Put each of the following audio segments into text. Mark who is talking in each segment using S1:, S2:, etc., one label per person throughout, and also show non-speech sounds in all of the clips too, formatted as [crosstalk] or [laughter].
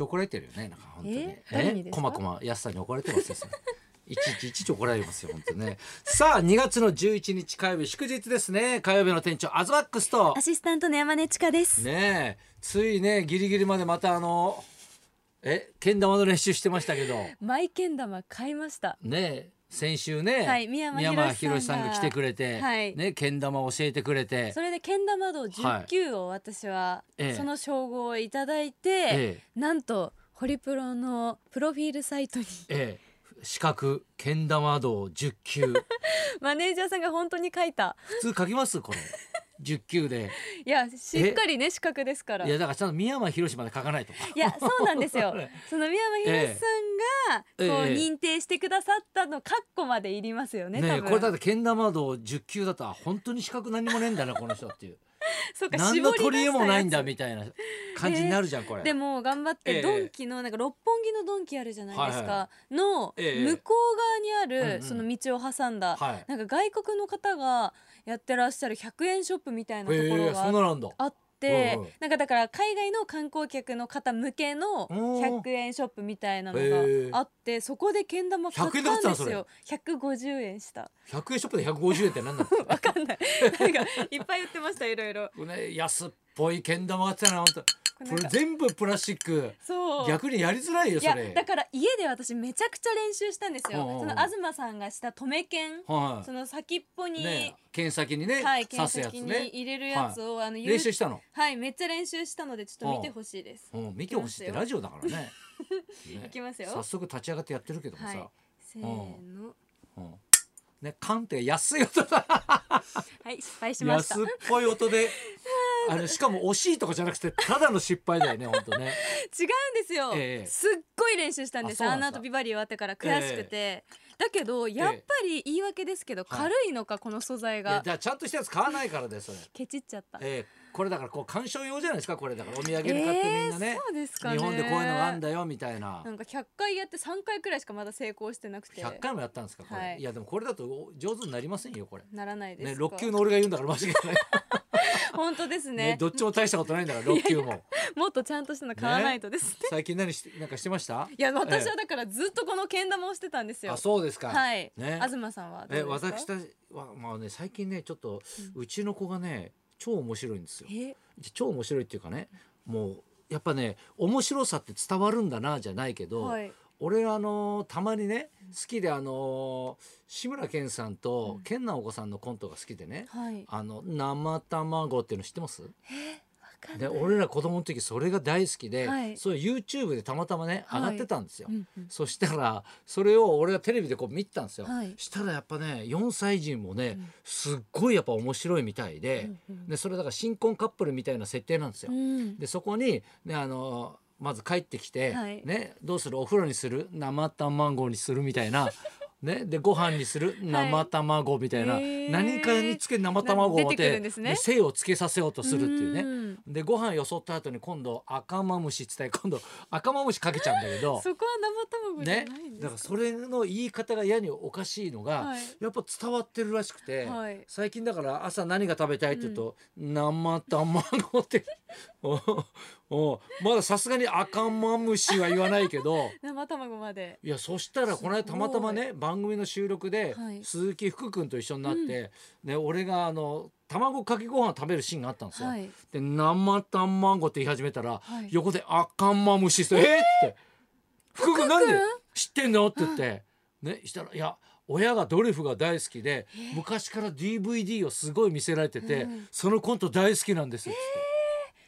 S1: 怒られてるよねなんか本当に
S2: え誰にです
S1: こ
S2: か
S1: まこま安さんに怒られてますよそれいちいちいちいち怒られますよ本当ね [laughs] さあ2月の11日火曜日祝日ですね火曜日の店長アズワックスと
S2: アシスタントの山根千佳です。
S1: ねえついねギリギリまでまたあのえけん玉の練習してましたけどね
S2: マイけん玉買いました。
S1: え先週ね、
S2: はい宮間
S1: ひろしさんが来てくれて、
S2: はい
S1: ねけん玉教えてくれて
S2: それでけん玉道
S1: はい
S2: 10級を私は
S1: ええ
S2: その称号をいただいて、
S1: え
S2: なんとホリプロのプロフィールサイトに [laughs]
S1: ええ四角けん玉道10級
S2: マネージャーさんが本当に書いた
S1: 普通書きますこれ10級で
S2: いやしっかりね資格ですから
S1: いやだからちゃんと宮間ひろしまで書かないと
S2: いやそうな
S1: [laughs]
S2: んですよその宮山ひろしさんが
S1: ええ
S2: こう
S1: ええ
S2: 認定してくださったのカッコまでいりますよね
S1: ね
S2: 多
S1: え
S2: 分
S1: これだってけん玉道10級だったら本当に資格何もねえんだなこの人っていう
S2: そうか
S1: 何の
S2: [laughs] 絞
S1: 取
S2: り
S1: り柄
S2: 出した
S1: もないん
S2: や
S1: だ
S2: つ
S1: みたいな感じになるじゃんこれ。
S2: でも頑張っ
S1: え
S2: て
S1: え
S2: ドンキのなんか六本木のドンキあるじゃないです
S1: はい
S2: かの
S1: ええ
S2: 向こう側に
S1: うん
S2: あ
S1: うん
S2: るその道を挟んだ
S1: はい
S2: なんか外国の方がやってらっしゃる100円ショップみたいなところ
S1: そん
S2: が
S1: ななんだ。
S2: あって
S1: うんうん
S2: なんかだから海外の観光客の方向けの
S1: おー
S2: 100円ショップみたいな
S1: へ
S2: の
S1: ー
S2: があってそこでけん玉買っ
S1: 100
S2: たん
S1: 円で買ったの
S2: で
S1: そ
S2: す
S1: れ
S2: よ150
S1: [laughs]
S2: 円した
S1: 100円ショップで150円って何なんですか
S2: わかんないなんかいっぱい売ってましたいろいろ
S1: ね安っぽいけん玉があってたな本当
S2: これな
S1: こ
S2: ん
S1: れ
S2: か
S1: 全部プラスチック
S2: そう
S1: 逆にやりづらいよ
S2: い
S1: そ
S2: や
S1: れ
S2: だから家で私めちゃくちゃ練習したんです
S1: うんうん
S2: よ。
S1: う
S2: そ
S1: ん
S2: の東さんがした止め剣、
S1: は
S2: その先っぽ
S1: い
S2: に、
S1: ね剣先にね、
S2: はい剣
S1: 刺すやつ
S2: 先に
S1: ね
S2: 入れるやつを、あの
S1: 練習
S2: し
S1: したの
S2: はいめっちゃ練習したのでちょっと見てほしいです。
S1: うん見てほしいってラジオだ
S2: [laughs]
S1: からねね
S2: いきますよ
S1: 早速立ち上がってやってるけどもさ、
S2: はいせーの
S1: うんね缶って安い音だ
S2: はい失敗しました
S1: 安っ。ぽい音
S2: [laughs]
S1: であれしかも惜しいとかじゃなくてただの失敗だよね本当
S2: [laughs]
S1: ね
S2: 違うんですよ、
S1: ええ
S2: すっごい練習したんで
S1: あ
S2: す
S1: そうな
S2: あ
S1: んです
S2: の
S1: か
S2: 後ビバリー終わってから悔しくて、だけどやっぱり言い訳ですけど、
S1: はい
S2: 軽いのかこの素
S1: い
S2: 材
S1: や
S2: が
S1: じゃあちゃんとしたやつ買わないからでそ
S2: [laughs]
S1: れ
S2: ケチっちゃった
S1: えー、これだからこう鑑賞用じゃないですかこれだからお土産
S2: え
S1: に買ってみんな
S2: ー
S1: ね,、
S2: [laughs] そうですかね
S1: 日本でこういうのがあんだよみたいな
S2: なんか100回やって3回くらいしかまだ成功してなくて
S1: 100回もやったんですかこれ、、
S2: はいい
S1: やでもこれだとお上手になりませんよこれ。
S2: ならないです
S1: ね、
S2: か
S1: 6級の俺が言うんだから間違
S2: [laughs]
S1: いない、
S2: 本当です
S1: ね
S2: ね
S1: どっちも大したことないんだから6級も
S2: [laughs] もっとちゃんとしたの買わないとです、
S1: 最近何してなんかしてま
S2: [laughs]
S1: した
S2: いや私はだからずっとこのけん玉をしてたんですよ
S1: あそうですか、
S2: はい、
S1: ね
S2: 東さんはどうで
S1: え
S2: すか
S1: 私たちはまあね最近ねちょっとうちの子がね超面白いんですよ
S2: え
S1: 超面白いっていうかねもうやっぱね面白さって伝わるんだなじゃないけど、
S2: はい
S1: 俺あのーたまにね好きであのー志村けんさんと健直子さんのコントが好きでね、
S2: はい
S1: あの生卵っていうの知ってます
S2: わかんな
S1: で
S2: い
S1: 俺ら子供の時それが大好きで、
S2: はい
S1: そういう YouTube でたまたまね
S2: は
S1: 上
S2: い
S1: がってたんですよ、
S2: うんうん
S1: そしたらそれを俺はテレビでこう見てたんですよ、
S2: はい
S1: したらやっぱね4歳児もね、
S2: うん
S1: すっごいやっぱ面白いみたいで,、
S2: うんうん
S1: でそれだから新婚カップルみたいな設定なんですよ
S2: う、ん
S1: でそこに、ね、あのまず帰ってきて、
S2: はい
S1: ね、どうするお風呂にする生卵にするみたいな。ね、でご飯にする生卵みたいな、
S2: へー
S1: 何かにつけ生卵を
S2: 出てくるんですね
S1: 精をつけさせようとするっていうね
S2: うん
S1: でご飯よそった後に今度赤マムシつったり今度赤マムシかけちゃうんだけど
S2: そこは生卵じゃ
S1: ね
S2: ないん、で
S1: だから
S2: す
S1: それの言い方がやにおかしいのが、
S2: はい
S1: やっぱ伝わってるらしくて、
S2: はい
S1: 最近だから朝何が食べたいって言うと「生卵」って [laughs] おおまださすがに赤マムシは言わないけ
S2: [laughs]
S1: ど。
S2: 生卵まで
S1: いやそしたらこの間たまたまね番組の収録で
S2: はい
S1: 鈴木福君と一緒になって、ね、俺があの卵かけご飯を食べるシーンがあったんですよ。
S2: はい
S1: で生卵って言い始めたら、
S2: はい
S1: 横で赤マムシして「えっ!」って「福君なんで
S2: 君
S1: 知ってんの?」って言って、ねしたら「いや親がドリフが大好きで昔から DVD をすごい見せられてて、
S2: うん
S1: そのコント大好きなんです」って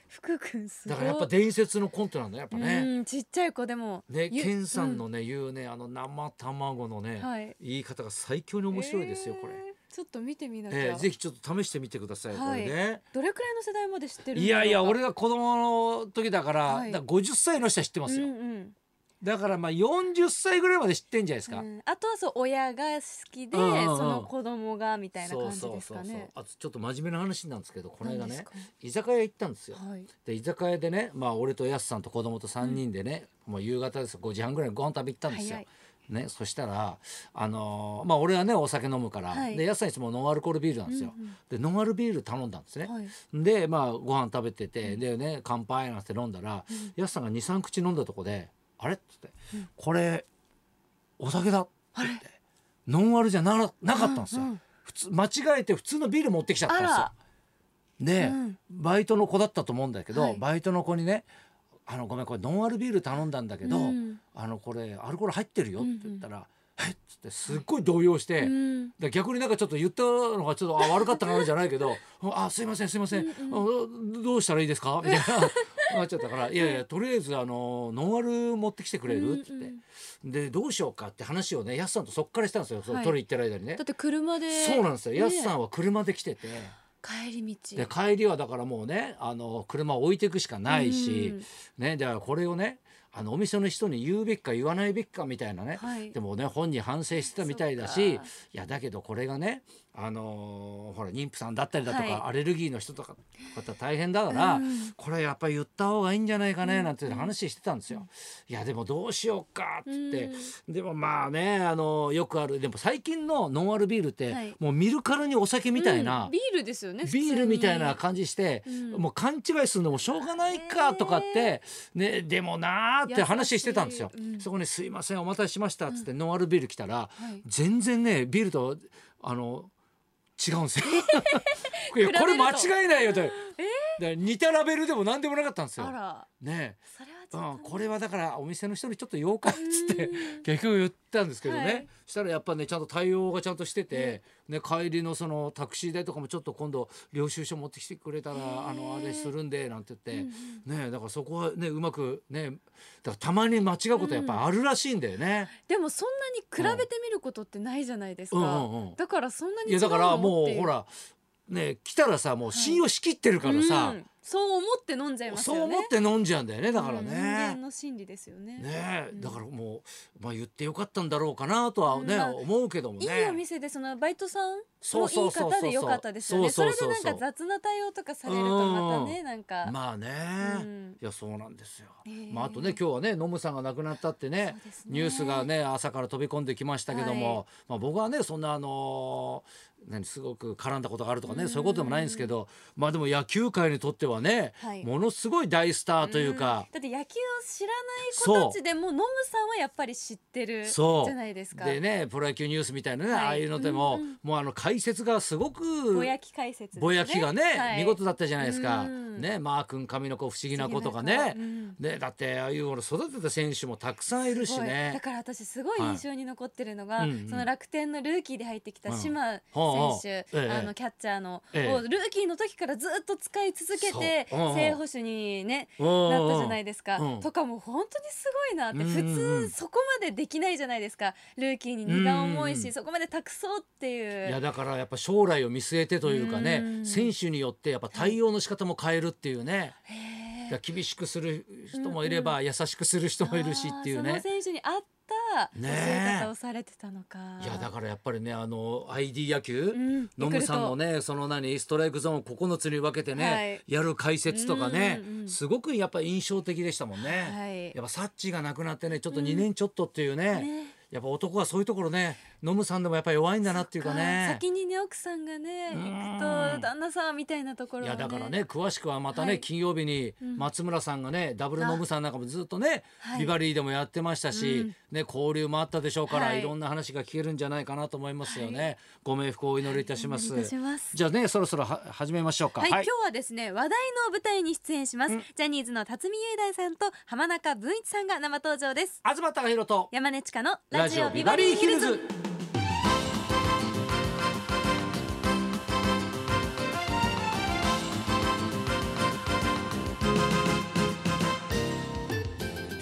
S2: 福君すご
S1: だ
S2: い
S1: からやっぱ伝説のコントなんだやっぱね。
S2: うんちっちゃい子でも
S1: ね、
S2: ゆ
S1: ケンさんのね、言うねあの生卵のね、
S2: はい
S1: 言い方が最強に面白いですよ、これ
S2: え。ーちょっと見てみなきゃ、
S1: えーぜひちょっと試してみてください、
S2: はい
S1: これね。
S2: どれくらいの世代まで知ってるん
S1: い
S2: だ
S1: や
S2: ろうか
S1: いや俺が子供の時だから,、
S2: はい
S1: だから50歳の人は知ってますよ、
S2: うんうん
S1: だからまあ40歳ぐらいまで知ってんじゃないですか、
S2: うん、あとはそう親が好きで、
S1: うんうんうん
S2: その子供がみたいな
S1: そう
S2: 感じ
S1: そう
S2: です
S1: そう
S2: か
S1: そう
S2: ね。
S1: あとちょっと真面目な話なんですけどこの間
S2: 何で
S1: ね
S2: すか
S1: 居酒屋行ったんですよ
S2: はい。
S1: で居酒屋でねまあ俺とやすさんと子供と3人でね、もう夕方ですよ5時半ぐらいにご飯食べ行ったんですよ
S2: 早い
S1: ね、そしたら、あのーまあ、俺はねお酒飲むから、
S2: はい
S1: で安さんいつもノンアルコールビールなんですよ、でノンアルビール頼んだんですね、
S2: はい
S1: でまあご飯食べてて、でね乾杯なんて飲んだら、やすさんが23口飲んだとこで「あれ?」っつって、これお酒だ」って言ってノンアルじゃななかったんですよ、
S2: うんうん
S1: 普通間違えて普通のビール持ってきちゃったんです
S2: あ
S1: よ
S2: ら。
S1: で、
S2: うん
S1: バイトの子だったと思うんだけど、
S2: はい
S1: バイトの子にね「あのごめんこれノンアルビール頼んだんだけど、
S2: うん
S1: あのこれアルコール入ってるよ」って言ったら「えっ?」つってすっごい動揺して。
S2: うん
S1: だから逆になんかちょっと言ったのがちょっとあ悪かったからじゃないけど [laughs] 「あすいませんすいません、あどうしたらいいですか?」みたい
S2: [laughs]
S1: ななっちゃったから「いやいやとりあえずあのノンアル持ってきてくれる?」っつって、でどうしようかって話をねやすさんとそっからしたんですよ、その
S2: はい
S1: 取り行ってる間にね
S2: だっ。て車で
S1: そうなんですよ、やすさ
S2: ね
S1: んは車で来てて
S2: 帰り道
S1: で帰りはだからもうねあの車を置いていくしかないし、ね、だからこれをねあのお店の人に言うべきか言わないべきかみたいなね、
S2: はい
S1: でもね本人反省してたみたいだしい
S2: そっか
S1: やだけどこれがね、あのーほら妊婦さんだったりだとか、
S2: はい
S1: アレルギーの人とか方大変だから、
S2: うん
S1: これやっぱり言った方がいいんじゃないかねなんて話してたんですよ。いやでもどうしようかっつって、でもまあね、あのーよくあるでも最近のノンアルビールって、
S2: はい
S1: もう見るからにお酒みたいな。
S2: うんビールですよね
S1: ビールみたいな
S2: 普
S1: 感じして、
S2: うん
S1: もう勘違いするのもしょうがないかとかって、ね、でもなーって話してたんですよ。
S2: 優しいうん
S1: そこに「すいませんお待たせしました」っつって、ノンアルビール来たら、
S2: い
S1: 全然ねビールとあの違うん
S2: [laughs]
S1: ですよ。い
S2: 比べる
S1: や
S2: と
S1: これ間違いないよって、だから似たラベルでも何でもなかったんです
S2: 通にあ
S1: よ。
S2: ら
S1: ね
S2: それはち
S1: う
S2: ょ
S1: ん
S2: っ、と
S1: これはだからお店の人にちょっと妖怪っつって結局言ったんですけどね、
S2: はい
S1: したらやっぱねちゃんと対応がちゃんとしてて、ね、帰りのそのタクシー代とかもちょっと今度領収書持ってきてくれたらあのあれするんでなんて言って、ね、だからそこはねうまくねだからたまに間違うことやっぱあるらしいんだよね。
S2: でもそんなに比べてみることってないじゃないです
S1: うん
S2: か
S1: うんうん
S2: だからそんなに
S1: いやだからも
S2: 違
S1: う
S2: の
S1: ほらね来たらさもう信用しきってるからさ、
S2: うんそう思って飲んじゃいます
S1: そ
S2: よね
S1: う思って飲んじゃうんだよねだから
S2: うん
S1: ね。
S2: 人間の心理ですよね
S1: ねえ、
S2: うん
S1: だからもう、まあ、言ってよかったんだろうかなとはね、
S2: うんまあ
S1: 思うけども
S2: い
S1: ね。
S2: いお店でそのバイトさん
S1: そう
S2: の言
S1: そうそう
S2: い
S1: そう
S2: 方で良かったですよね
S1: そ
S2: そう
S1: そう
S2: れ
S1: そうそう
S2: でなんか雑な対応とかされるとまたねなんか
S1: まあね、
S2: うん
S1: いやそうなんですよ。
S2: ええ
S1: まああとね今日はねノムさんが亡くなったってね
S2: そうですね
S1: ニュースがね朝から飛び込んできましたけども、
S2: はい
S1: まあ僕はねそんなあのー何すごく絡んだことがあるとかね、そういうことでもないんですけど、まあでも野球界にとってはね、
S2: はい
S1: ものすごい大スターというか。
S2: だって野球を知らない子たちでもノムさんはやっぱり知ってるじ
S1: そう
S2: ゃないですか
S1: でねプロ野球ニュースみたいなね、
S2: はい
S1: ああいうのでも、
S2: うん
S1: もうあの解説がすごく
S2: ぼやき解説ですね
S1: ぼやきがね、
S2: はい
S1: 見事だったじゃないですか。
S2: うん
S1: ね、マー君髪の子不思議な子とか
S2: 不思
S1: ね
S2: 議な子うん。
S1: ね、だってああいうもの育てた選手もたくさんいるし
S2: すごいだ
S1: ね。
S2: から私すごい印象に残ってるのが、
S1: はいうんうん
S2: その楽天のルーキーで入ってきた
S1: うんはあは
S2: 島選手、
S1: あええ
S2: あのキャッチャーの、
S1: ええ
S2: をルーキーの時からずっと使い続けて
S1: そううんうん
S2: 正捕手にね
S1: うん
S2: なったじゃないですか、
S1: うん
S2: とかもう本当にすごいなって、
S1: うんうん
S2: 普通そこまでできないじゃないですかルーキーに荷が重いし、
S1: うんうん
S2: そこまで託そうっていう
S1: いやだからやっぱ将来を見据えてというかね、
S2: うん
S1: 選手によってやっぱ対応の仕方も変えるっていうね、
S2: へえ
S1: だから厳しくする人もいれば優しくする人もいるしっていう
S2: あ
S1: ね
S2: ーその選手に合った教え
S1: ねえ
S2: 方をされてたのか、
S1: いやだからやっぱりねあの ID 野球、
S2: ん
S1: ノムさんのねその何ストライクゾーンを9つに分けてね、
S2: はい
S1: やる解説とかね、
S2: うんうんうん
S1: すごくやっぱ印象的でしたもんね、
S2: はい
S1: やっぱサッチが亡くなってねちょっと2年ちょっとっていうね,、
S2: ね
S1: やっぱ男はそういうところねノムさんでもやっぱ弱いんだなっていうかね
S2: 先にね奥さんがね
S1: うん
S2: 行くと旦那さんみたいなところを
S1: いやだからね詳しくはまたね、
S2: はい
S1: 金曜日に松村さんがね、ダブルノムさんなんかもずっとね、
S2: はい
S1: ビバリーでもやってましたし、
S2: うん
S1: ね、交流もあったでしょうから、
S2: はい
S1: い、ろんな話が聞けるんじゃないかなと思いますよね、ご冥福をお祈りいたします,、
S2: お祈りいたします
S1: じゃあねそろそろは始めましょうか
S2: はい、今日はですね話題の舞台に出演します、ジャニーズの辰巳雄大さんと浜中文一さんが生登場です
S1: 東貴博と
S2: 山根千佳の
S1: ラ
S2: ラ
S1: ジ
S2: ジ
S1: オ
S2: オ
S1: ビ
S2: ビ
S1: バ
S2: バ
S1: リ
S2: リ
S1: ー
S2: ー
S1: ヒ
S2: ヒ
S1: ル
S2: ル
S1: ズ
S2: ズ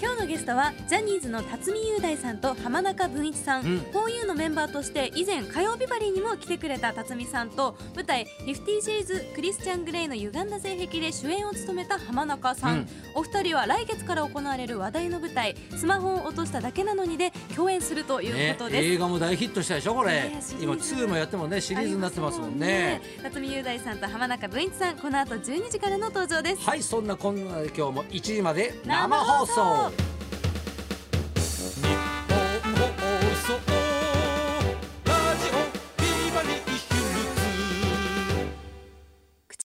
S2: 今日のゲストはジャニーズの辰巳雄大さんと浜中文一さん、
S1: うん
S2: ふぉゆのメンバーとして以前火曜ビバリーにも来てくれた辰巳さんと舞台「リフティシリーズクリスチャン・グレイの歪んだ性癖」で主演を務めた浜中さん、
S1: うん
S2: お二人は来月から行われる話題の舞台「スマホを落としただけなのに」で共演するという
S1: ね
S2: ことです。
S1: 映画も大ヒットしたでしょこれ、
S2: ねシリーズ
S1: 今2もやってもねシリーズになってますもんね
S2: ありますもんね。辰巳雄大さんと浜中文一さん、この後12時からの登場です。
S1: はいそんなこんなで今日も1時まで生
S2: 生
S1: 放
S2: 放
S1: 送
S2: 送